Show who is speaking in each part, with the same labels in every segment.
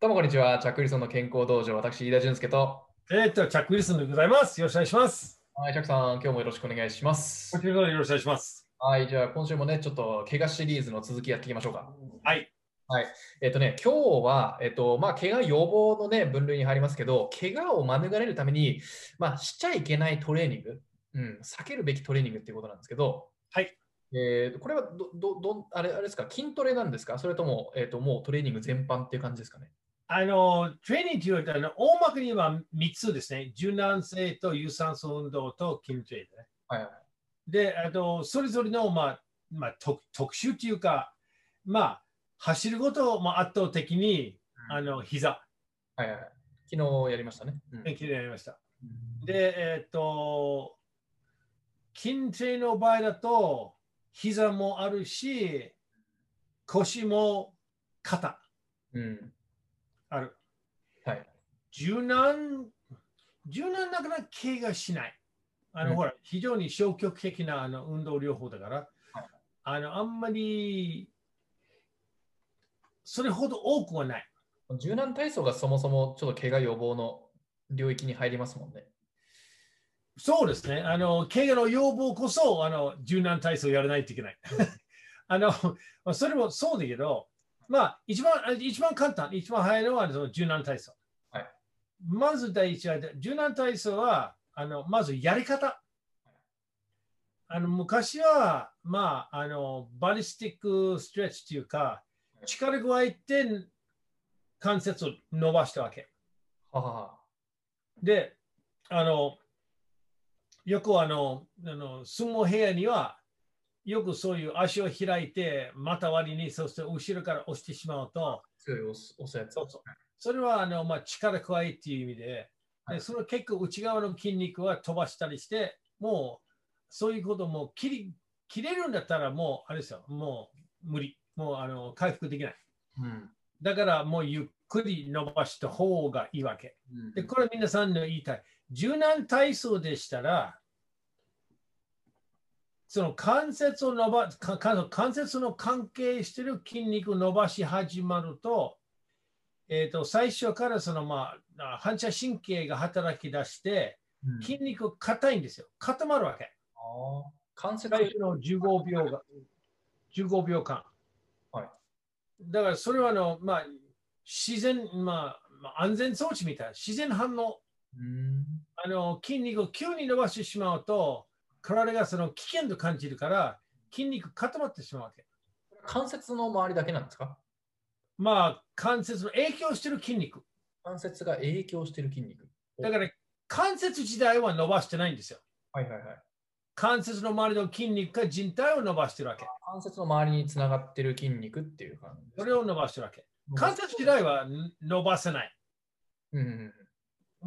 Speaker 1: どうもこんにちは。チャックリソンの健康道場、私、飯田俊介と。
Speaker 2: えーっと、チャック・ウィルソンでございます。よろしくお願いします。
Speaker 1: はい、チャックさん、今日もよろしくお願いします
Speaker 2: こ。ちらこそよろしくお願いします。
Speaker 1: はい、じゃあ今週もね、ちょっと怪我シリーズの続きやっていきましょうか。
Speaker 2: はい。
Speaker 1: えっとね、今日は、えっと、まあ、怪我予防のね、分類に入りますけど、怪我を免れるために、まあ、しちゃいけないトレーニング、うん、避けるべきトレーニングっていうことなんですけど、
Speaker 2: はい。
Speaker 1: えーこれはど、ど、どん、あれ、あれですか、筋トレなんですかそれとも、えっと、もうトレーニング全般っていう感じですかね。
Speaker 2: あの、トレーニングというよりあの大まかには3つですね。柔軟性と有酸素運動と筋トレでね。
Speaker 1: はいはい。
Speaker 2: で、あと、それぞれの、まあ、まあ、特特集というか、まあ、走ることを、まあ、圧倒的に、
Speaker 1: うん
Speaker 2: あの、膝、
Speaker 1: はいはい。昨日やりましたね。うん
Speaker 2: 気になりました。で、えーっと、筋トレの場合だと、膝もあるし、腰も肩。
Speaker 1: うん。
Speaker 2: ある。
Speaker 1: はい。
Speaker 2: 柔軟、柔軟だから怪我しない。あの、
Speaker 1: うん
Speaker 2: ほら、非常に消極的なあの運動療法だから
Speaker 1: はい、
Speaker 2: あの、あんまり、それほど多くはない。
Speaker 1: 柔軟体操がそもそもちょっと怪我予防の領域に入りますもんね。
Speaker 2: そうですね。あの、怪我の要望こそ、あの、柔軟体操をやらないといけ ない。あの、まあそれもそうだけど、まあ、一番、あ一番簡単、一番早いのは、その柔軟体操。
Speaker 1: はい
Speaker 2: まず第一は、柔軟体操は、あの、まずやり方。あの、昔は、まあ、あの、バリスティックストレッチというか、力加えて関節を伸ばしたわけ。
Speaker 1: ははは。
Speaker 2: で、あの、よくあの、あの相撲部屋には、よくそういう足を開いて、股割りに、そして後ろから押してしまうと、
Speaker 1: 強い押す押すやつ。
Speaker 2: そうそそれはあの、まあ、力加えっていう意味で、
Speaker 1: は
Speaker 2: で
Speaker 1: い
Speaker 2: その結構内側の筋肉は飛ばしたりして、もう、そういうことも切り切れるんだったら、もう、あれですよ、もう無理、もうあの回復できない。
Speaker 1: うん。
Speaker 2: だからもうゆっくり伸ばした方がいいわけ。
Speaker 1: うん
Speaker 2: で、これ皆さんの言いたい。柔軟体操でしたら、その関節を伸ば、かか関節の関係してる筋肉を伸ばし始まると、えっ、と、最初からそのまあ、あ反射神経が働き出して、
Speaker 1: うん
Speaker 2: 筋肉硬いんですよ。固まるわけ。
Speaker 1: あー関節
Speaker 2: 最初の15秒が、15秒間。
Speaker 1: はい。
Speaker 2: だからそれはあの、まあ、自然、まあ、まあ安全装置みたいな、自然反応。
Speaker 1: うん。
Speaker 2: あの筋肉を急に伸ばしてしまうと、体がその危険と感じるから、筋肉固まってしまうわけ。
Speaker 1: 関節の周りだけなんですか
Speaker 2: まあ、関節の影響してる筋肉。
Speaker 1: 関節が影響している筋肉。
Speaker 2: だから、関節自体は伸ばしてないんですよ。
Speaker 1: はいはいはい。
Speaker 2: 関節の周りの筋肉が人体を伸ばしてるわけ。
Speaker 1: 関節の周りにつながっている筋肉っていう感じです
Speaker 2: そ
Speaker 1: ね。
Speaker 2: れを伸ばしてるわけ。
Speaker 1: うん
Speaker 2: 関節自体はん伸ばせない。
Speaker 1: うんうん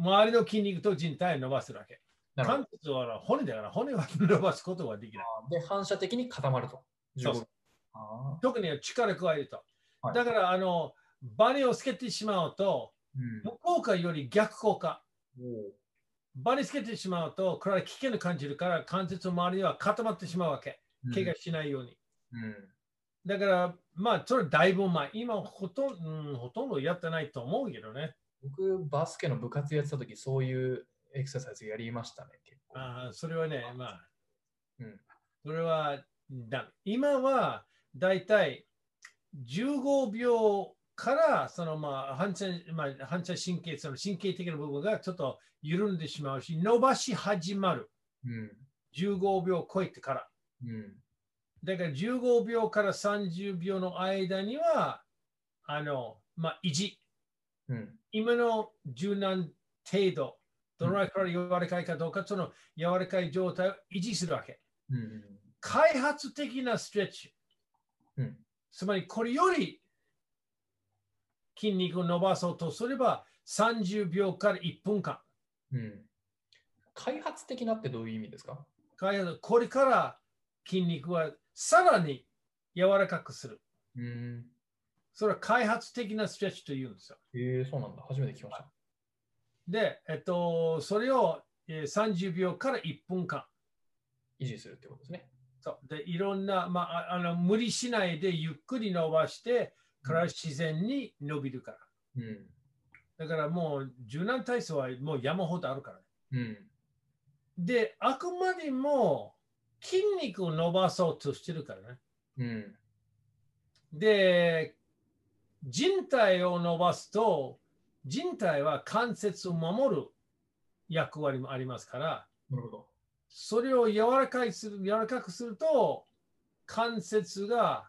Speaker 1: うん。
Speaker 2: 周りの筋肉と人体を伸ばしてるわけ。
Speaker 1: なるほど
Speaker 2: 関節は骨だから、骨は伸ばすことはできない。
Speaker 1: で、反射的に固まると。
Speaker 2: そうそう
Speaker 1: あ
Speaker 2: 特に力加えると。
Speaker 1: はい
Speaker 2: だから、あの、バネをつけてしまうと、
Speaker 1: ー
Speaker 2: 無効果より逆効果。
Speaker 1: うんおー
Speaker 2: バリつけてしまうと、これは危険に感じるから、関節の周りは固まってしまうわけ。
Speaker 1: うん
Speaker 2: 怪我しないように。
Speaker 1: うん
Speaker 2: だから、まあ、それだいぶ前。今ほとん、うん、ほとんどやってないと思うけどね。
Speaker 1: 僕、バスケの部活やってた時、そういうエクササイズやりましたね、結構。
Speaker 2: あーそれはね、まあ、
Speaker 1: うん
Speaker 2: それはダメ。今は、だいたい15秒から、そのまあ、反射、まあ、反射神経、その神経的な部分がちょっと緩んでしまうし、伸ばし始まる。
Speaker 1: うん。
Speaker 2: 15秒超えてから。
Speaker 1: うん。
Speaker 2: だから15秒から30秒の間には、あの、まあ、維持。
Speaker 1: うん。
Speaker 2: 今の柔軟程度、どのくらい柔らかいかどうか、その柔らかい状態を維持するわけ。
Speaker 1: うん。
Speaker 2: 開発的なストレッチ。
Speaker 1: うん
Speaker 2: つまり、これより筋肉を伸ばそうとすれば、30秒から1分間。
Speaker 1: うん。開発的なってどういう意味ですか
Speaker 2: 開発これから筋肉はさらに柔らかくする。
Speaker 1: うん。
Speaker 2: それは開発的なストレッチというんですよ。
Speaker 1: えー、そうなんだ。初めて聞きました。
Speaker 2: で、えっと、それをえー30秒から1分間。
Speaker 1: 維持するってことですね。
Speaker 2: そうで、いろんな、まあ、ああの無理しないでゆっくり伸ばして、から自然に伸びるから。
Speaker 1: うん。
Speaker 2: だからもう柔軟体操はもう山ほどあるからね。
Speaker 1: うん。
Speaker 2: で、あくまでも筋肉を伸ばそうとしてるからね。
Speaker 1: うん。
Speaker 2: で、人体を伸ばすと、人体は関節を守る役割もありますから、
Speaker 1: なるほど。
Speaker 2: それを柔らかいする柔らかくすると、関節が、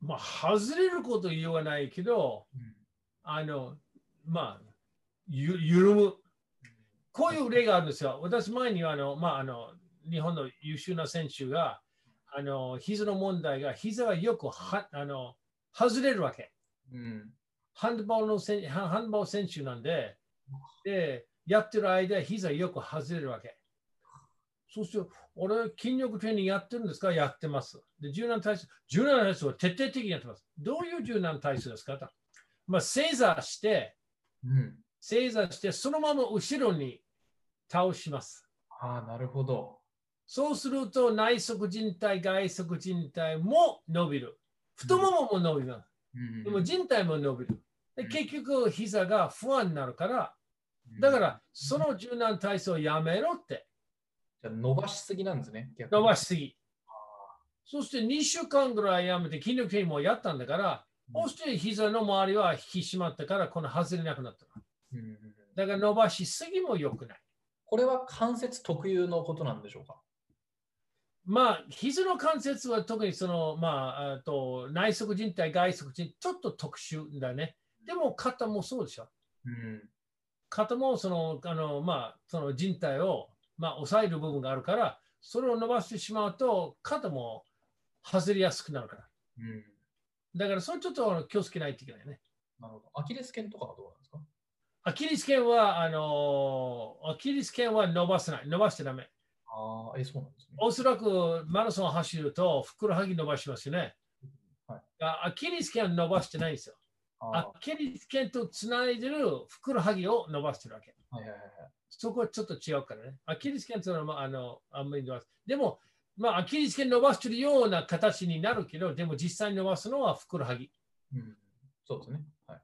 Speaker 2: まあ、外れること言わないけど、あの、まあ、ゆ緩む。こういう例があるんですよ。私前にはあの、まあ、あの、日本の優秀な選手が、あの、膝の問題が、膝がよくは、あの、外れるわけ。
Speaker 1: うん。うん。
Speaker 2: ハンドボールの選ハンハンドボール選手なんで、で、やってる間、膝よく外れるわけ。そうすると、俺、筋力トレーニングやってるんですかやってます。で、柔軟体操、柔軟体操は徹底的にやってます。どういう柔軟体操ですかとまあ、正座して、
Speaker 1: うん。
Speaker 2: 正座して、そのまま後ろに倒します。
Speaker 1: ああ、なるほど。
Speaker 2: そうすると、内側靭帯、外側靭帯も伸びる。太ももも伸びます。
Speaker 1: うん
Speaker 2: でも靭帯も伸びる。で
Speaker 1: うん
Speaker 2: 結局、膝が不安になるから、だか
Speaker 1: うん
Speaker 2: ら、その柔軟体操をやめろって、
Speaker 1: じゃあ伸ばしすぎなんですね。逆に
Speaker 2: 伸ばしすぎ。そして2週間ぐらいやめて、筋力トレーニングもやったんだから、
Speaker 1: うん
Speaker 2: そして膝の周りは引き締まったから、この外れなくなった。
Speaker 1: うんうんうん
Speaker 2: だから伸ばしすぎも良くない。
Speaker 1: これは関節特有のことなんでしょうか
Speaker 2: まあ、膝の関節は特にその、まあ、あと内側靭帯、外側靭帯、ちょっと特殊だね。でも肩もそうでしょ。
Speaker 1: うん。
Speaker 2: 肩もその、あの、まあ、その靭帯を、まあ、抑える部分があるから、それを伸ばしてしまうと、肩も外れやすくなるから。
Speaker 1: うん。
Speaker 2: だから、それちょっとあの気をつけないといけないね。
Speaker 1: なるほど。アキレス腱とかはどうなんですか
Speaker 2: アキレス腱は、あの、アキレス腱は伸ばせない。伸ばしてダメ。
Speaker 1: ああ、え、そうなんですね。
Speaker 2: おそらくマラソン走ると、ふくらはぎ伸ばしますよね。
Speaker 1: はい
Speaker 2: あアキレス腱は伸ばしてないんですよ。
Speaker 1: あ
Speaker 2: アキレス腱とつないでるふくらはぎを伸ばしてるわけ。
Speaker 1: あ、はいはいはいはい。
Speaker 2: そこはちょっと違うからね。アキレス腱というのは、まあ、あの、あんまり伸ばす。でも、まあ、アキレス腱伸ばしてるような形になるけど、でも実際に伸ばすのはふくらはぎ。
Speaker 1: うん。そうですね。はい。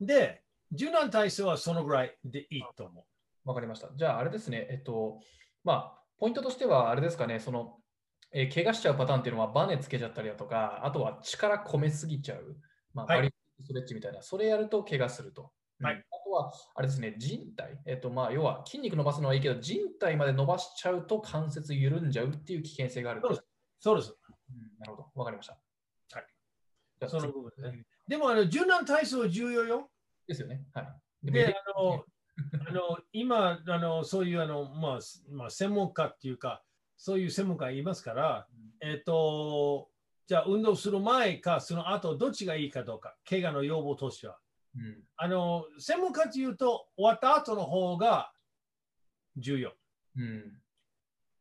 Speaker 2: で、柔軟体操はそのぐらいでいいと思う。
Speaker 1: わかりました。じゃあ、あれですね、えっと、まあ、ポイントとしては、あれですかね、その、えー怪我しちゃうパターンっていうのは、バネつけちゃったりだとか、あとは力込めすぎちゃう、まあ、
Speaker 2: はい
Speaker 1: バリストレッチみたいな、それやると怪我すると。うん
Speaker 2: はい
Speaker 1: あとは、あれですね、人体、えっと、まあ、要は筋肉伸ばすのはいいけど、人体まで伸ばしちゃうと関節緩んじゃうっていう危険性があると。
Speaker 2: そうですそうです。
Speaker 1: うんなるほど、わかりました。
Speaker 2: はい。
Speaker 1: じゃあ、
Speaker 2: そ
Speaker 1: そ
Speaker 2: の
Speaker 1: の
Speaker 2: 部分ね。でも、あの柔軟体操は重要よ。
Speaker 1: ですよね。はい。
Speaker 2: で、あの、あの今あの、そういうあの、まあすまあ、専門家っていうか、そういう専門家がいますから、えっ、と、じゃあ運動する前か、その後、どっちがいいかどうか、怪我の要望としては。
Speaker 1: うん、
Speaker 2: あの、専門家というと、終わった後の方が重要。
Speaker 1: うん、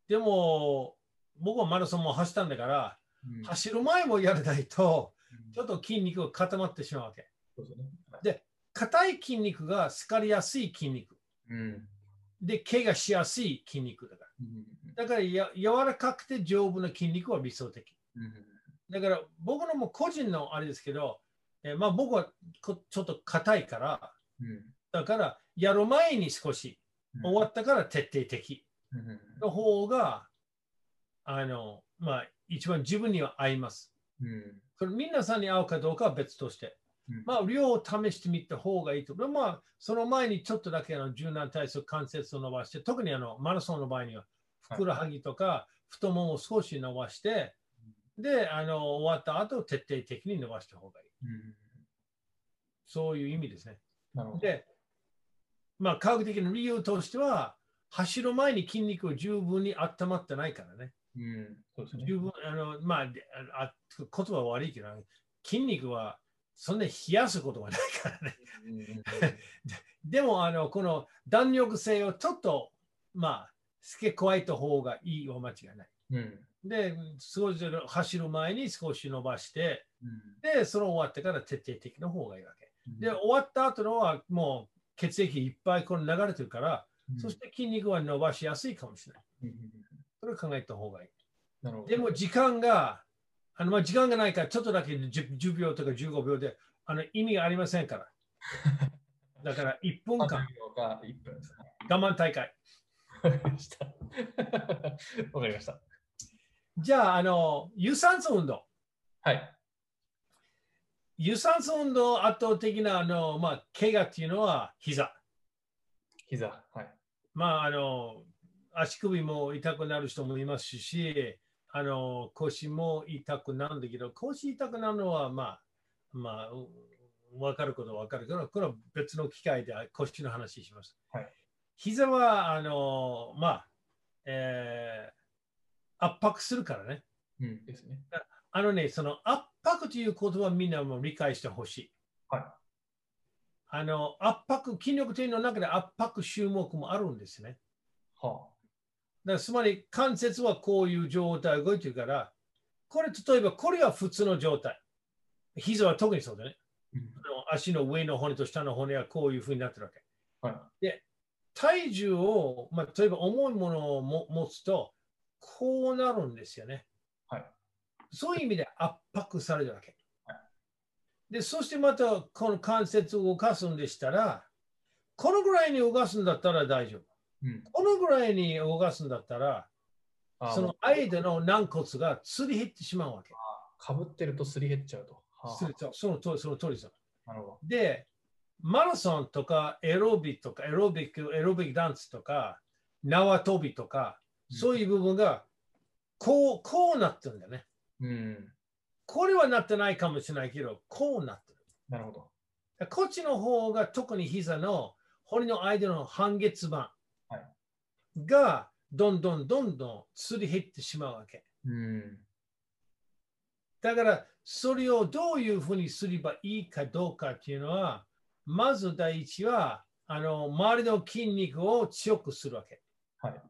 Speaker 2: でも、僕はマラソンも走ったんだから、
Speaker 1: うん。
Speaker 2: 走る前もやらないと、ちょっ
Speaker 1: と、
Speaker 2: と筋肉が固まってしまうわけ。
Speaker 1: そうですよね。はい
Speaker 2: 硬い筋肉が好かれやすい筋肉。
Speaker 1: うん。
Speaker 2: で、怪我しやすい筋肉だから。
Speaker 1: うん
Speaker 2: だからや柔らかくて丈夫な筋肉は理想的。
Speaker 1: うん
Speaker 2: だから僕のもう個人のあれですけど、えーまあ、僕はこちょっと硬いから、
Speaker 1: うん
Speaker 2: だからやる前に少し、
Speaker 1: うん
Speaker 2: 終わったから徹底的
Speaker 1: うんうん
Speaker 2: の方が、あの、まあ、一番自分には合います。
Speaker 1: うん
Speaker 2: これ皆さんに合うかどうかは別として、
Speaker 1: うん
Speaker 2: まあ、量を試してみた方がいいと。でまあ、その前にちょっとだけあの柔軟体操、関節を伸ばして、特にあのマラソンの場合には、ふくらはぎとか太ももを少し伸ばして、で、あの終わった後、徹底的に伸ばした方がいい。
Speaker 1: うん
Speaker 2: そういう意味ですね。
Speaker 1: なるほど。
Speaker 2: で、まあ、科学的な理由としては、走る前に筋肉を十分に温まってないからね。
Speaker 1: うん、そうですよね。
Speaker 2: 十分、あの、まあ、でああ言葉は悪いけど、筋肉はそんな冷やすことはないからね。
Speaker 1: うんうんうん
Speaker 2: でも、あの、この弾力性をちょっと、まあ、付け加えた方がいいは間違いない。
Speaker 1: うん
Speaker 2: で、少し走る前に少し伸ばして、
Speaker 1: うん
Speaker 2: で、その終わってから徹底的な方がいいわけ。
Speaker 1: うん
Speaker 2: で、終わった後のはもう血液いっぱいこの流れてるから、
Speaker 1: うん
Speaker 2: そして筋肉は伸ばしやすいかもしれない。
Speaker 1: うんうんうん
Speaker 2: それを考えた方がいい。
Speaker 1: なるほど。
Speaker 2: でも時間があのまあ時間がないから、ちょっとだけ 10, 10秒とか15秒であの意味がありませんから。だから1分間
Speaker 1: 30秒か1分ですね。
Speaker 2: 我慢大会。
Speaker 1: わかりました。わかりました。
Speaker 2: じゃあ、あの有酸素運動。
Speaker 1: はい。
Speaker 2: 有酸素運動の圧倒的なあの、まあ、怪我っていうのは膝。
Speaker 1: 膝。はい。
Speaker 2: まあ、あの足首も痛くなる人もいますし、あの腰も痛くなるんだけど、腰痛くなるのは、まあ、まあ、う分かることは分かるけど、これは別の機会で腰の話します。
Speaker 1: はい
Speaker 2: 膝は、あの、まあ、えー圧迫するからね。
Speaker 1: うん。ですね。
Speaker 2: あのね、その圧迫という言葉みんなも理解してほしい。
Speaker 1: はい
Speaker 2: あの圧迫、筋力というの中で圧迫種目もあるんですね。
Speaker 1: は
Speaker 2: だからつまり関節はこういう状態動いてるから、これ例えばこれが普通の状態。膝は特にそうだね。
Speaker 1: あ。
Speaker 2: あの足の上の骨と下の骨はこういうふうになってるわけ。
Speaker 1: はい
Speaker 2: で、体重を、まあ、例えば重いものをも持つと、こうなるんですよね。
Speaker 1: はい
Speaker 2: そういう意味で圧迫されるわけ。
Speaker 1: はい
Speaker 2: で、そしてまたこの関節を動かすんでしたら、このぐらいに動かすんだったら大丈夫。
Speaker 1: うん。
Speaker 2: このぐらいに動かすんだったら、
Speaker 1: あー
Speaker 2: その間の軟骨がすり減ってしまうわけ。
Speaker 1: かぶってるとすり減っちゃうと。はあ
Speaker 2: すりそうそのとその通りですよ。
Speaker 1: なるほど。
Speaker 2: で、マラソンとかエロビとかエロビック、エロビックダンスとか、縄跳びとか、そういう部分がこうこうなってるんだよね。
Speaker 1: うん。うん。
Speaker 2: これはなってないかもしれないけど、こうなってる。
Speaker 1: なるほど。
Speaker 2: だからこっちの方が特に膝の骨の間の半月板
Speaker 1: は
Speaker 2: がどんどんどんどんすり減ってしまうわけ。
Speaker 1: うん。
Speaker 2: だから、それをどういうふうにすればいいかどうかっていうのは、まず第一は、あの周りの筋肉を強くするわけ。
Speaker 1: はい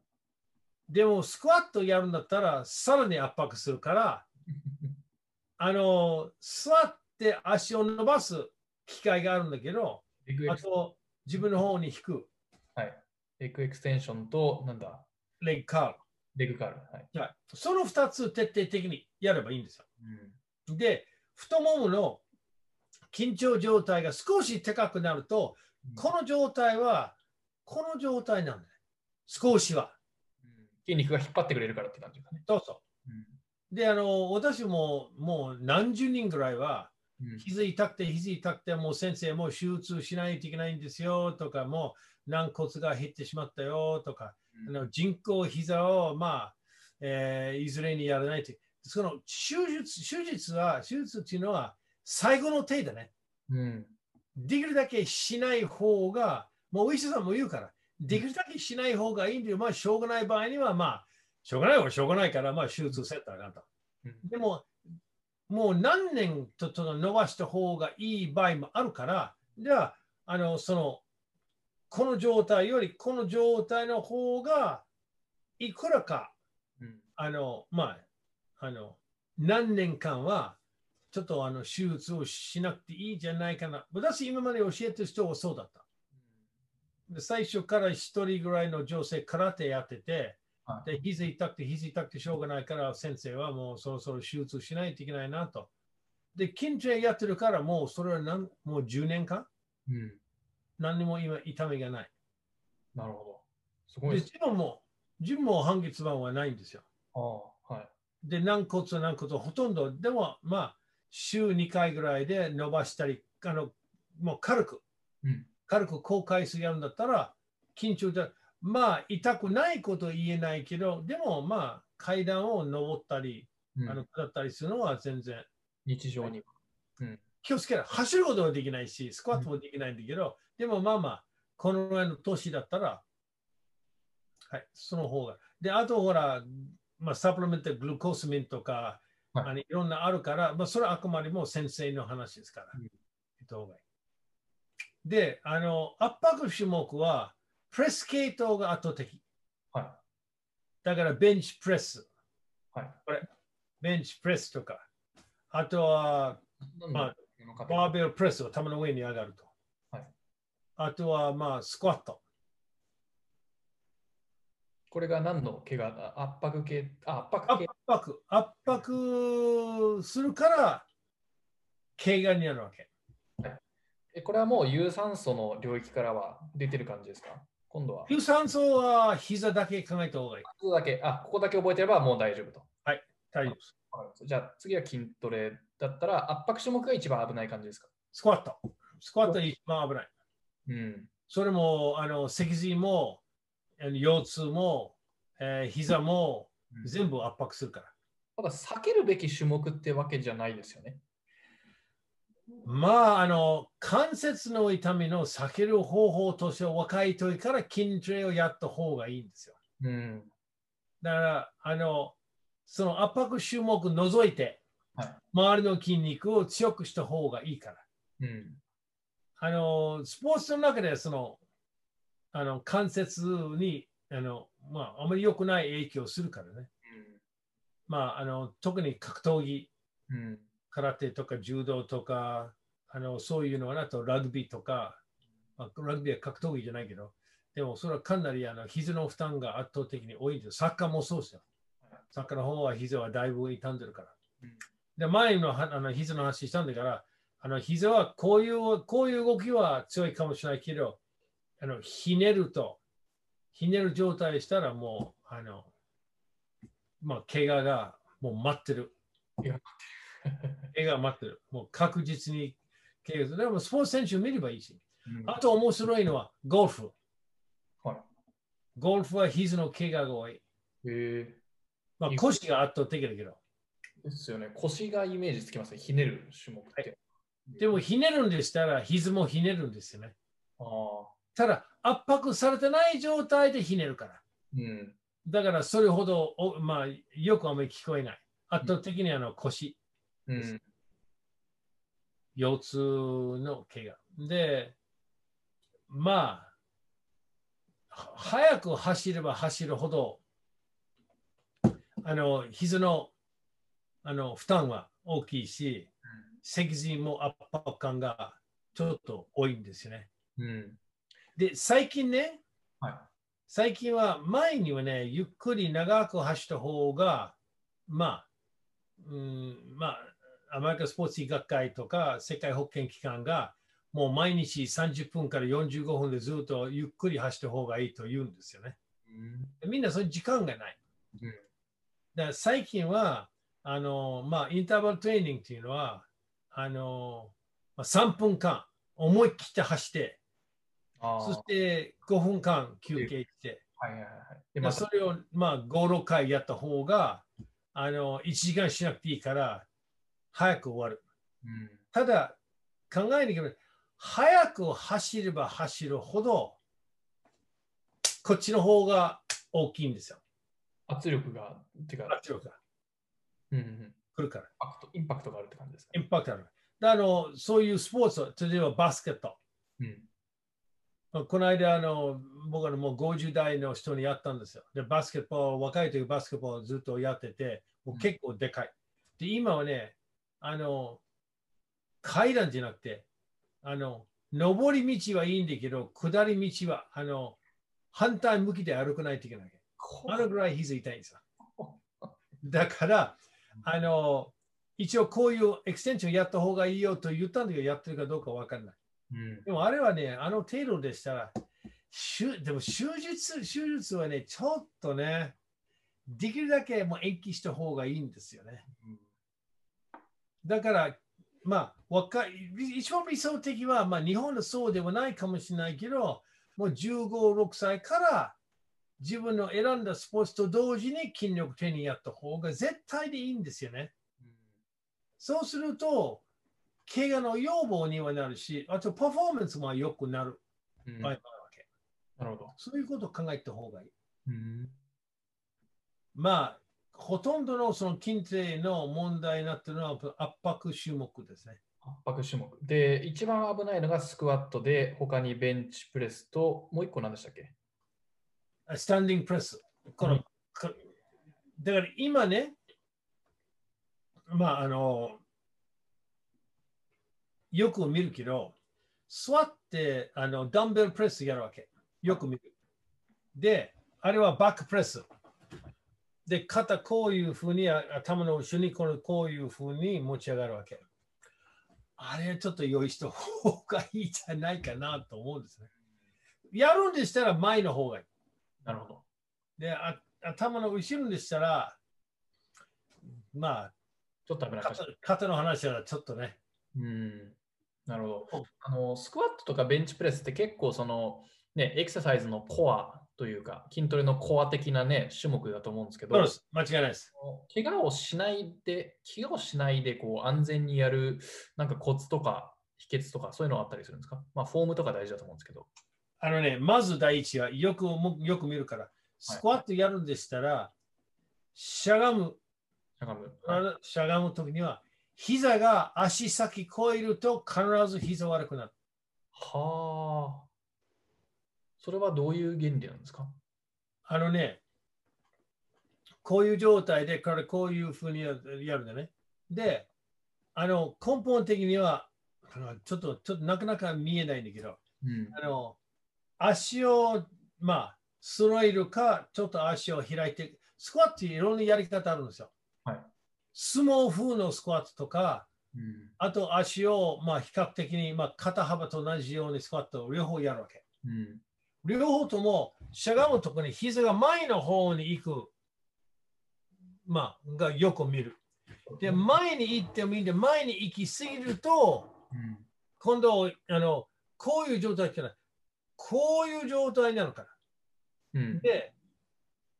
Speaker 2: でも、スクワットやるんだったら、さらに圧迫するから、あの座って足を伸ばす機会があるんだけど、
Speaker 1: エグエ
Speaker 2: あ
Speaker 1: クス
Speaker 2: と自分の方に引く、
Speaker 1: エクエクステンションと、なんだ、
Speaker 2: レッグカ
Speaker 1: レグカール。はい。
Speaker 2: ール。はいその2つ徹底的にやればいいんですよ。
Speaker 1: うん。
Speaker 2: で、太ももの緊張状態が少し高くなると、この状態は、この状態なんだね。少しは。
Speaker 1: うん筋肉が引っ張ってくれるからって感じだね。
Speaker 2: どうぞ。
Speaker 1: うん
Speaker 2: で、あの、私ももう何十人ぐらいは、
Speaker 1: うん
Speaker 2: 膝痛くて、膝痛くて、もう先生、もう手術しないといけないんですよとか、もう軟骨が減ってしまったよとか、あの人工膝を、まあ、えーいずれにやらないと。その手術、手術は、手術っていうのは最後の手だね。
Speaker 1: うん。
Speaker 2: できるだけしない方が、もうお医者さんも言うから、できるだけしない方がいいんで、まあ、しょうがない場合には、まあ、しょうがないはしょうがないから、まあ、手術センターがあった。
Speaker 1: うん
Speaker 2: でも、もう何年とと伸ばした方がいい場合もあるから、じゃあ、あの、その、この状態より、この状態の方が、いくらか、
Speaker 1: うん
Speaker 2: あの、まあ、あの、何年間は、ちょっとあの手術をしなくていいんじゃないかな。私、今まで教えてる人はそうだった。で最初から一人ぐらいの女性、空手やってて、
Speaker 1: はい
Speaker 2: で、膝痛くて、膝痛くてしょうがないから、先生はもうそろそろ手術しないといけないなと。で、緊張やってるから、もうそれは何もう10年間
Speaker 1: うん
Speaker 2: 何にも今、痛みがない。
Speaker 1: なるほど。す
Speaker 2: で、
Speaker 1: ごいです。
Speaker 2: 自分も、自分も半月板はないんですよ。
Speaker 1: ああ、はい。
Speaker 2: で、軟骨は軟骨はほとんど、でもまあ、週2回ぐらいで伸ばしたり、あの、もう軽く、
Speaker 1: うん
Speaker 2: 軽く高回数やるんだったら、緊張で、まあ、痛くないことは言えないけど、でもまあ、階段を登ったり、
Speaker 1: うん
Speaker 2: あの下ったりするのは全然、
Speaker 1: 日常に。
Speaker 2: 気をつけない。走ることはできないし、スクワットもできないんだけど、でもまあまあ、このぐらいの年だったら、はい、その方が。で、あとほら、まあ、サプリメント、グルコースミンとか、
Speaker 1: はい
Speaker 2: い、あのいろんなあるから、まあ、それはあくまでも先生の話ですから、
Speaker 1: うん
Speaker 2: 言った方がいい。で、あの、圧迫種目は、プレス系統が圧倒的。
Speaker 1: は
Speaker 2: だから、ベンチプレス、
Speaker 1: い。はい。
Speaker 2: ベンチプレスとか、あとは、まあ
Speaker 1: なんでこの方
Speaker 2: バーベルプレスを頭の上に上がると。
Speaker 1: はい
Speaker 2: あとは、まあ、スクワット。
Speaker 1: これが何の怪我あ圧迫系、あ圧迫
Speaker 2: 圧
Speaker 1: 系。
Speaker 2: 迫、圧迫するから、怪我になるわけ。
Speaker 1: えこれはもう有酸素の領域からは出てる感じですか今度は。
Speaker 2: 有酸素は膝だけ考えた方がいい。
Speaker 1: ここだけ、あ、ここだけ覚えてればもう大丈夫と。
Speaker 2: 大丈夫です。
Speaker 1: わかりましたじゃあ次は筋トレだったら圧迫種目が一番危ない感じですか
Speaker 2: スクワット。スクワットは一番危ない。
Speaker 1: うん。
Speaker 2: それも、あの、脊髄も、あの腰痛も、えー膝も、全部圧迫するから。
Speaker 1: ただ避けるべき種目ってわけじゃないですよね。
Speaker 2: まあ、あの、関節の痛みの避ける方法としては若い時から筋トレをやった方がいいんですよ。
Speaker 1: うん。
Speaker 2: だから、あの、その圧迫種目除いて
Speaker 1: はい、
Speaker 2: 周りの筋肉を強くした方がいいから。
Speaker 1: うん。
Speaker 2: あの、スポーツの中で、その、あの、関節に、あの、まあ、あまり良くない影響をするからね。まあ、あの、特に格闘技、
Speaker 1: うん。うん。
Speaker 2: 空手とか柔道とか、あのそういうのはあとラグビーとか、まあ、ラグビーは格闘技じゃないけど、でもそれはかなりあの膝の負担が圧倒的に多いんですよ。サッカーもそうですよ。サッカーの方は膝はだいぶ痛んでるから
Speaker 1: うん。
Speaker 2: で、前のはあの膝の話したんだから、あの膝はこういうこういう動きは強いかもしれないけど、あのひねると、ひねる状態したらもう、あのまあ、怪我がもう待ってる。映画待ってる。もう確実に経営する。でもスポーツ選手見ればいいし。
Speaker 1: うん
Speaker 2: あと面白いのはゴルフ。
Speaker 1: はい
Speaker 2: ゴルフは膝の怪我が多い。
Speaker 1: へえ
Speaker 2: まあ、
Speaker 1: いい
Speaker 2: 腰が圧倒的だけど。
Speaker 1: ですよね。腰がイメージつきますね。ひねる種目って。
Speaker 2: でもひねるんでしたら膝もひねるんですよね。
Speaker 1: ああ。
Speaker 2: ただ圧迫されてない状態でひねるから。
Speaker 1: うん。
Speaker 2: だからそれほどお、まあ、よくあまり聞こえない。圧倒的にあの腰。
Speaker 1: うん。
Speaker 2: 腰痛の怪我。で、まあ、は速く走れば走るほど、あの、膝の、あの、負担は大きいし、脊髄も圧迫感がちょっと多いんですよね。
Speaker 1: うん。
Speaker 2: で、最近ね、
Speaker 1: はい。
Speaker 2: 最近は前にはね、ゆっくり長く走った方が、まあ、うん、まあ、アメリカスポーツ医学会とか世界保健機関が、もう毎日30分から45分でずっとゆっくり走った方がいいと言うんですよね。
Speaker 1: うん。
Speaker 2: みんなその時間がない。
Speaker 1: うん
Speaker 2: だから最近は、あの、まあ、インターバルトレーニングというのは、あの、まあ3分間思い切って走って、
Speaker 1: ああ。
Speaker 2: そ
Speaker 1: は
Speaker 2: して5分間休憩して、
Speaker 1: いはいはい。で、ま
Speaker 2: まあ、
Speaker 1: あ、
Speaker 2: それを、まあ、5、6回やった方が、あの、1時間しなくていいから、早く終わる。
Speaker 1: うん。
Speaker 2: ただ、考えにくい。早く走れば走るほど、こっちの方が大きいんですよ。
Speaker 1: 圧力が、っていうか、
Speaker 2: 圧力が
Speaker 1: うんうん。
Speaker 2: 来るから。
Speaker 1: インパクトインパクトがあるって感じですか
Speaker 2: インパクトある。であの、そういうスポーツを、例えばバスケット。
Speaker 1: うん。
Speaker 2: まあこの間あの、僕はもう50代の人にやったんですよ。で、バスケット、若い時バスケットをずっとやってて、もう結構でかい。で、今はね、あの、階段じゃなくて、あの、上り道はいいんだけど、下り道は、あの、反対向きで歩かないといけない。
Speaker 1: こ
Speaker 2: あのぐらい膝痛いんですよ。だから、あの、一応こういうエクステンションやった方がいいよと言ったんだけど、やってるかどうかわかんない。
Speaker 1: うん。
Speaker 2: でもあれはね、あの程度でしたら、手でも手術、手術はね、ちょっとね、できるだけもう延期した方がいいんですよね。
Speaker 1: うん
Speaker 2: だから、まあ、若い、一番理想的は、まあ、日本のそうではないかもしれないけど、もう15、6歳から自分の選んだスポーツと同時に筋力トレーニングやった方が絶対でいいんですよね。そうすると、怪我の予防にはなるし、あとパフォーマンスも良くなる
Speaker 1: うん。
Speaker 2: 場合もあるわけ。
Speaker 1: なるほど。
Speaker 2: そういうことを考えた方がいい。
Speaker 1: うん。
Speaker 2: まあ、ほとんどのその筋トレの問題になってるのは圧迫種目ですね。
Speaker 1: 圧迫種目。で、一番危ないのがスクワットで、他にベンチプレスと、もう一個何でしたっけ
Speaker 2: スタンディングプレス。この、
Speaker 1: うん
Speaker 2: こだから今ね、まああの、よく見るけど、座ってあのダンベルプレスやるわけ。よく見る。で、あれはバックプレス。で、肩こういうふうに、あ頭の後ろにこのこういうふうに持ち上がるわけ。あれちょっと用意した方がいいんじゃないかなと思うんですね。やるんでしたら前の方がいい。
Speaker 1: なるほど。
Speaker 2: で、あ頭の後ろでしたら、ま
Speaker 1: ちょっと危
Speaker 2: あ、
Speaker 1: なかった
Speaker 2: 肩。肩の話ならちょっとね。
Speaker 1: うん。なるほ
Speaker 2: うん
Speaker 1: ど。あの、スクワットとかベンチプレスって結構その、ね、エクササイズのコアというか、筋トレのコア的なね、種目だと思うんですけど、
Speaker 2: そうです。間違いないです。
Speaker 1: 怪我をしないで、怪我をしないで、こう、安全にやる、なんかコツとか、秘訣とか、そういうのあったりするんですかまあ、フォームとか大事だと思うんですけど。
Speaker 2: あのね、まず第一はよくもよく見るから、スクワットやるんでしたら、しゃがむ、
Speaker 1: しゃがむ。
Speaker 2: あのしゃがむときには、膝が足先超えると必ず膝悪くなる。
Speaker 1: はあ。それはどういう原理なんですか
Speaker 2: あのね、こういう状態で、からこういうふうにややるんだね。で、あの、根本的には、あのちょっと、ちょっとなかなか見えないんだけど、
Speaker 1: うん。
Speaker 2: あの、足を、まあ、揃えるか、ちょっと足を開いて、スクワットいろんなやり方あるんですよ。
Speaker 1: はい
Speaker 2: 相撲風のスクワットとか、
Speaker 1: うん。
Speaker 2: あと足を、まあ、比較的に、まあ、肩幅と同じようにスクワットを両方やるわけ。
Speaker 1: うん。
Speaker 2: 両方ともしゃがむとこに膝が前の方に行く、まあ、がよく見る。で、前に行ってもいいんで、前に行き過ぎると、
Speaker 1: うん
Speaker 2: 今度、あの、こういう状態から、こういう状態なのか
Speaker 1: う
Speaker 2: ら。
Speaker 1: ん。
Speaker 2: で、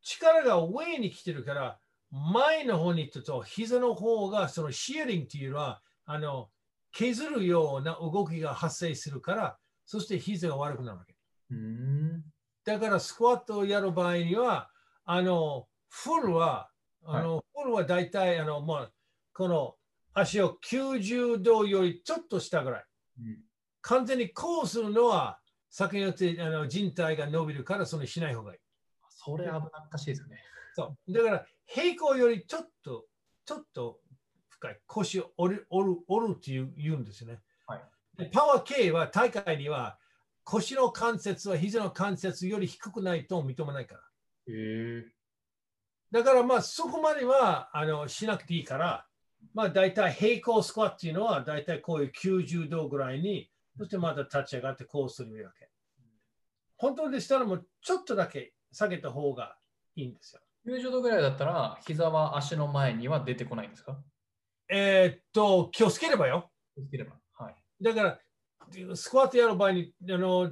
Speaker 2: 力が上に来てるから、前の方に行くと、膝の方が、そのシェーリングっていうのは、あの、削るような動きが発生するから、そして膝が悪くなるわけ。
Speaker 1: うん。
Speaker 2: だからスクワットをやる場合には、あの、フルは、あの、フルは大体、あの、まあ、この足を90度よりちょっと下ぐらい。
Speaker 1: うん
Speaker 2: 完全にこうするのは、先によってあの人体が伸びるから、それしない方がいい。
Speaker 1: それ危なっかしいですよね。
Speaker 2: そう。だから、平行よりちょっと、ちょっと深い。腰を折る、折る、折るっていう言うんですね。
Speaker 1: はい
Speaker 2: でパワー系は大会には、腰の関節は膝の関節より低くないと認めないから。
Speaker 1: へえ。
Speaker 2: だからまあそこまではあのしなくていいから、まあ大体平行スクワットっていうのは大体こういう90度ぐらいに、そしてまた立ち上がってこうするわけ。本当でしたらもうちょっとだけ下げた方がいいんですよ。
Speaker 1: 90度ぐらいだったら、膝は足の前には出てこないんですか
Speaker 2: えーっと、気をつければよ。
Speaker 1: 気をつければ。はい。
Speaker 2: だから、スクワットやる場合に、あの、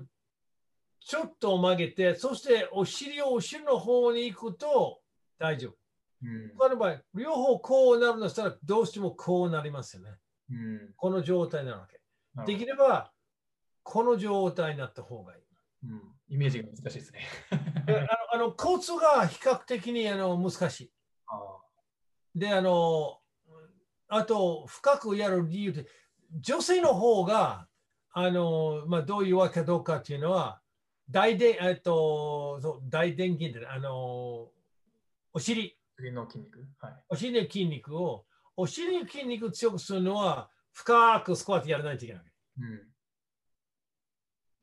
Speaker 2: ちょっと曲げて、そしてお尻を後ろの方に行くと大丈夫。
Speaker 1: うん。
Speaker 2: 他の場合、両方こうなるのしたらどうしてもこうなりますよね。
Speaker 1: うん
Speaker 2: この状態なわけ。
Speaker 1: なるほど
Speaker 2: できれば、この状態になった方がいい。
Speaker 1: うん。イメージが難しいですね。
Speaker 2: であの、あのコツが比較的にあの難し
Speaker 1: あ
Speaker 2: い。で、あの、あと、深くやる理由で、女性の方が、あの、まあ、どういうわけかどうかっていうのは、大で、えっと、そう大電筋で、あの、お尻、
Speaker 1: 首の筋肉。はい。
Speaker 2: お尻の筋肉を、お尻の筋肉を強くするのは、深くスクワットやらないといけない。
Speaker 1: うん。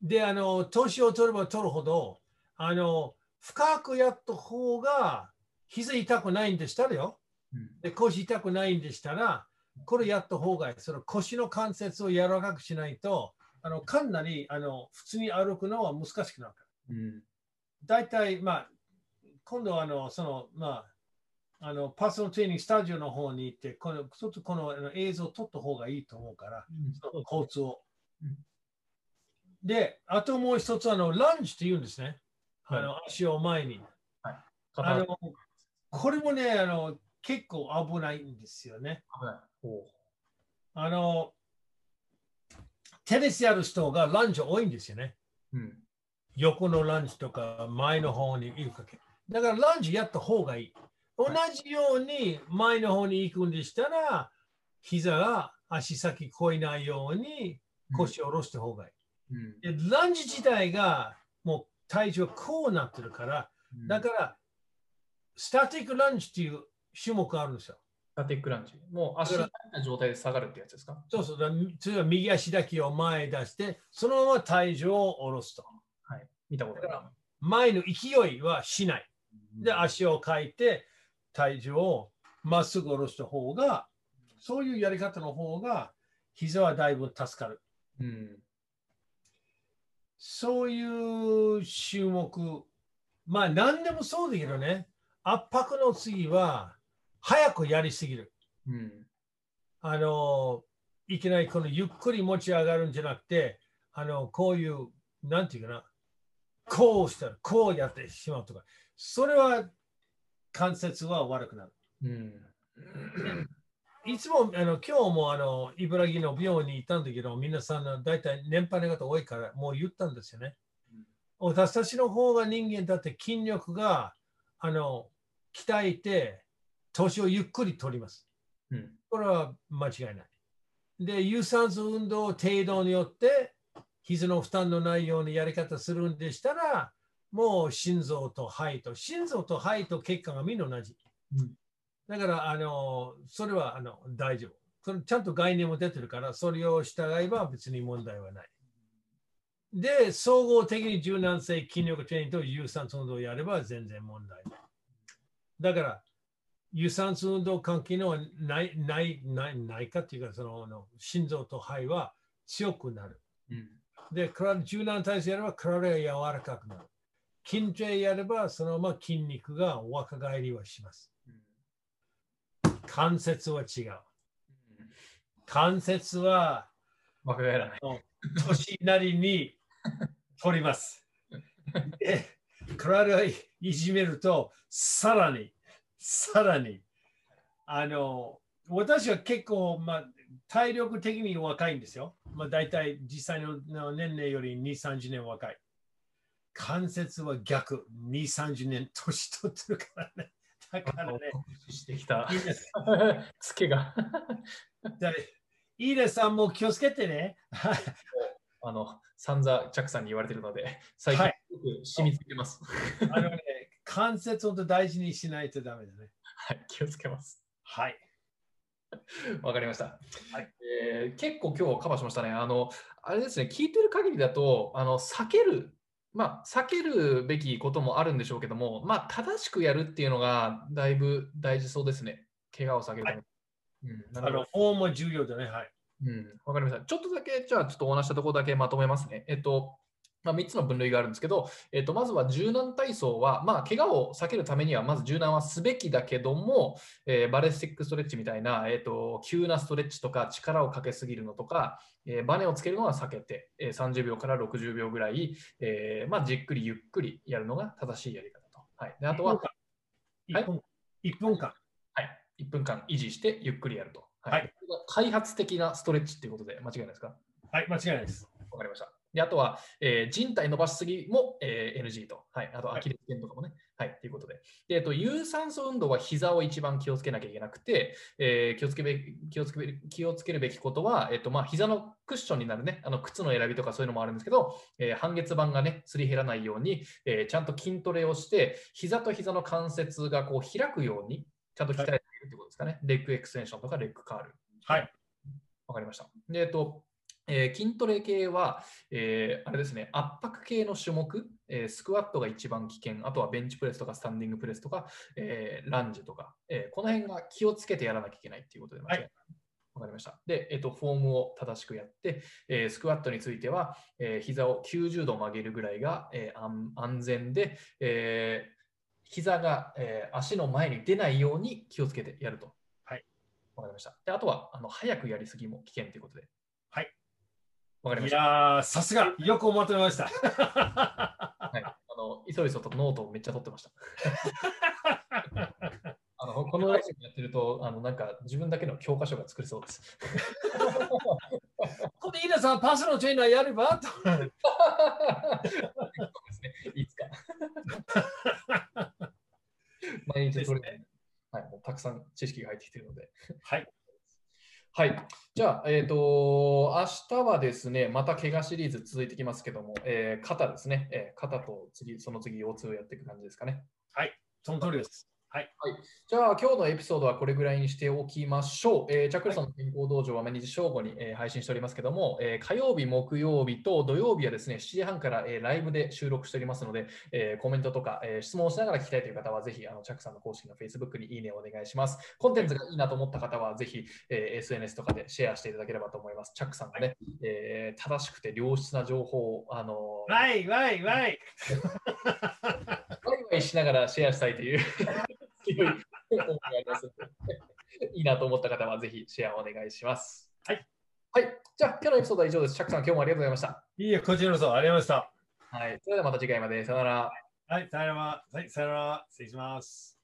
Speaker 2: で、あの、年を取れば取るほど、あの、深くやった方が、膝痛くないんでしたらよ。
Speaker 1: うん。
Speaker 2: で、腰痛くないんでしたら、これやった方がいい。その腰の関節を柔らかくしないと、あの、かなり、あの、普通に歩くのは難しくなるから。
Speaker 1: うん。
Speaker 2: 大体、まあ、今度はあの、その、まあ、あの、パーソナルトレーニングスタジオの方に行って、この、ちょっとこのあの映像を撮った方がいいと思うから、
Speaker 1: そう
Speaker 2: 交通を
Speaker 1: うん。
Speaker 2: で、あともう一つ、あの、ランジって言うんですね。
Speaker 1: はい
Speaker 2: あの、足を前に。あ
Speaker 1: 肩
Speaker 2: の、これもね、あの、結構危ないんですよね。
Speaker 1: 危ない。おう
Speaker 2: あの、テニスやる人がランジ多いんですよね。
Speaker 1: うん。
Speaker 2: 横のランジとか前の方に行くかけ。だからランジやった方がいい。同じように前の方に行くんでしたら、膝が足先超えないように腰を下ろした方がいい。
Speaker 1: うん。
Speaker 2: でランジ自体がもう体重がこうなってるから、
Speaker 1: うん
Speaker 2: だから、スタティックランジっていう種目があるんですよ。
Speaker 1: スタティックランジ。もう足がな状態で下がるってやつですか
Speaker 2: そうそう、だそれは右足だけを前へ出して、そのまま体重を下ろすと。
Speaker 1: 見たことない。
Speaker 2: 前の勢いはしない。で、足をかいて、体重をまっすぐ下ろした方が、そういうやり方の方が、膝はだいぶ助かる。
Speaker 1: うん。
Speaker 2: そういう種目、まあ何でもそうだけどね、圧迫の次は、早くやりすぎる。
Speaker 1: うん。
Speaker 2: あの、いきなりこのゆっくり持ち上がるんじゃなくて、あの、こういう、なんていうかな、こうしたら、こうやってしまうとか、それは関節は悪くなる。
Speaker 1: うん。
Speaker 2: いつも、あの、今日も、あの、茨城の病院に行ったんだけど、皆さんの大体年配の方多いから、もう言ったんですよね。私たちの方が人間だって筋力が、あの、鍛えて、年をゆっくり取ります。
Speaker 1: うん。
Speaker 2: これは間違いない。で、有酸素運動程度によって、膝の負担のないようにやり方するんでしたら、もう心臓と肺と、心臓と肺と血管がみんな同じ。
Speaker 1: うん
Speaker 2: だから、あの、それはあの大丈夫。それちゃんと概念も出てるから、それを従えば別に問題はない。で、総合的に柔軟性、筋力トレーニングと有酸素運動をやれば全然問題ない。だから、有酸素運動関係のはないないないないかっていうかそのあの心臓と肺は強くなる。
Speaker 1: うん。
Speaker 2: で、体柔軟体操やれば体が柔らかくなる。筋トレやればそのまま筋肉が若返りはします。関節は違う。関節は
Speaker 1: 若返らない。
Speaker 2: 年なりに取ります。で、体をいじめると、さらに、さらに、あの、私は結構、まあ、体力的に若いんですよ。まあ、大体実際のの年齢より2、30年若い。関節は逆、2、30年年取ってるからね。だからね、
Speaker 1: してきた
Speaker 2: い。いです
Speaker 1: つけが。
Speaker 2: だイーレさんも気をつけてね。
Speaker 1: あの、散々チャックさんに言われてるので、最近
Speaker 2: は
Speaker 1: よく染みついてます。
Speaker 2: あのね、関節を大事にしないとダメだね。
Speaker 1: はい、気をつけます。
Speaker 2: はい。
Speaker 1: わかりました、
Speaker 2: はい
Speaker 1: えー結構今日カバーしましたね。あの、あれですね、聞いてる限りだと、あの、避ける、まあ、避けるべきこともあるんでしょうけども、まあ、正しくやるっていうのがだいぶ大事そうですね。怪我を避けるために。うん、な
Speaker 2: あ
Speaker 1: るほ
Speaker 2: の
Speaker 1: ど。
Speaker 2: フォームは重要だね。はい。
Speaker 1: うん、わかりました。ちょっとだけ、じゃあ、ちょっとお話ししたところだけまとめますね。えっと、まあ、3つの分類があるんですけど、えっと、まずは柔軟体操は、まあ、怪我を避けるためには、まず柔軟はすべきだけども、えーバレスティックストレッチみたいな、えっと、急なストレッチとか、力をかけすぎるのとか、えーバネをつけるのは避けて、えー30秒から60秒ぐらい、えーまあ、じっくりゆっくりやるのが正しいやり方と。はい、であとは、は
Speaker 2: 1分間。1分間。
Speaker 1: い、1分間維持してゆっくりやると。
Speaker 2: は
Speaker 1: これが開発的なストレッチっていうことで間違いないですか
Speaker 2: はい、間違いないです。
Speaker 1: わかりました。であとは、えー人体伸ばしすぎも、えー NG と、はい、あと
Speaker 2: はい
Speaker 1: アキレス腱とかもね、はい、ということでで、えっと、有酸素運動は膝を一番気をつけなきゃいけなくて、えー気をつけべ気をつけべ気をつけるべきことは、えっとまあ、膝のクッションになるね、あの靴の選びとかそういうのもあるんですけど、えー半月板がね、すり減らないように、えーちゃんと筋トレをして、膝と膝の関節がこう開くように、ちゃんと鍛えているってことですかね、レッグエクステンションとかレッグカール。
Speaker 2: はい。
Speaker 1: わかりました。で、えっと、えー筋トレ系は、えーあれですね、圧迫系の種目、えースクワットが一番危険、あとはベンチプレスとかスタンディングプレスとか、えーランジとか、えーこの辺が気をつけてやらなきゃいけないっていうことで間違いない、わかりました。で、えっと、フォームを正しくやって、えースクワットについては、えー膝を90度曲げるぐらいが、えー安安全で、えー膝が、えー足の前に出ないように気をつけてやると。
Speaker 2: はい。
Speaker 1: わかりました。で、あとは、あの早くやりすぎも危険ということで。
Speaker 2: はい。
Speaker 1: わかりま
Speaker 2: い
Speaker 1: した。
Speaker 2: やー、さすが。よくまとめました。
Speaker 1: はい、あのいそいそとノートをめっちゃ取ってました。あのこのラジオやってるとあの、なんか自分だけの教科書が作れそうです。
Speaker 2: ここで、イーナさん、パスのトレーナーやればと。
Speaker 1: そうですね、いつか。 毎日それ、はい、もうたくさん知識が入ってきているので。
Speaker 2: はい。
Speaker 1: はい。じゃあ、えっ、と、明日はですね、また怪我シリーズ続いてきますけども、えー肩ですね、えー肩と次、その次、腰痛をやっていく感じですかね。
Speaker 2: その通りです。
Speaker 1: じゃあ、今日のエピソードはこれぐらいにしておきましょう。えー、チャックルソンの健康道場は毎日正午に、えー配信しておりますけども、えー火曜日、木曜日と土曜日はですね、7時半から、えーライブで収録しておりますので、えーコメントとか、えー質問をしながら聞きたいという方は、ぜひ、あのチャックさんの公式の Facebook にいいねをお願いします。コンテンツがいいなと思った方は、ぜひ、えー SNS とかでシェアしていただければと思います。チャックさんがね、えー正しくて良質な情報を、あのー
Speaker 2: わいわい
Speaker 1: ワ
Speaker 2: わい。
Speaker 1: イワイしながらシェアしたいという 強い思いがありますので、いいなと思った方はぜひシェアお願いします。
Speaker 2: はい。
Speaker 1: はい。じゃあ、今日のエピソードは以上です。チャックさん、今日もありがとうございました。
Speaker 2: いいよ、こちらこそありがとうございまし
Speaker 1: はい。それではまた次回まで。さよなら。
Speaker 2: た。はい、さよなら。はい、さよなら。失礼します。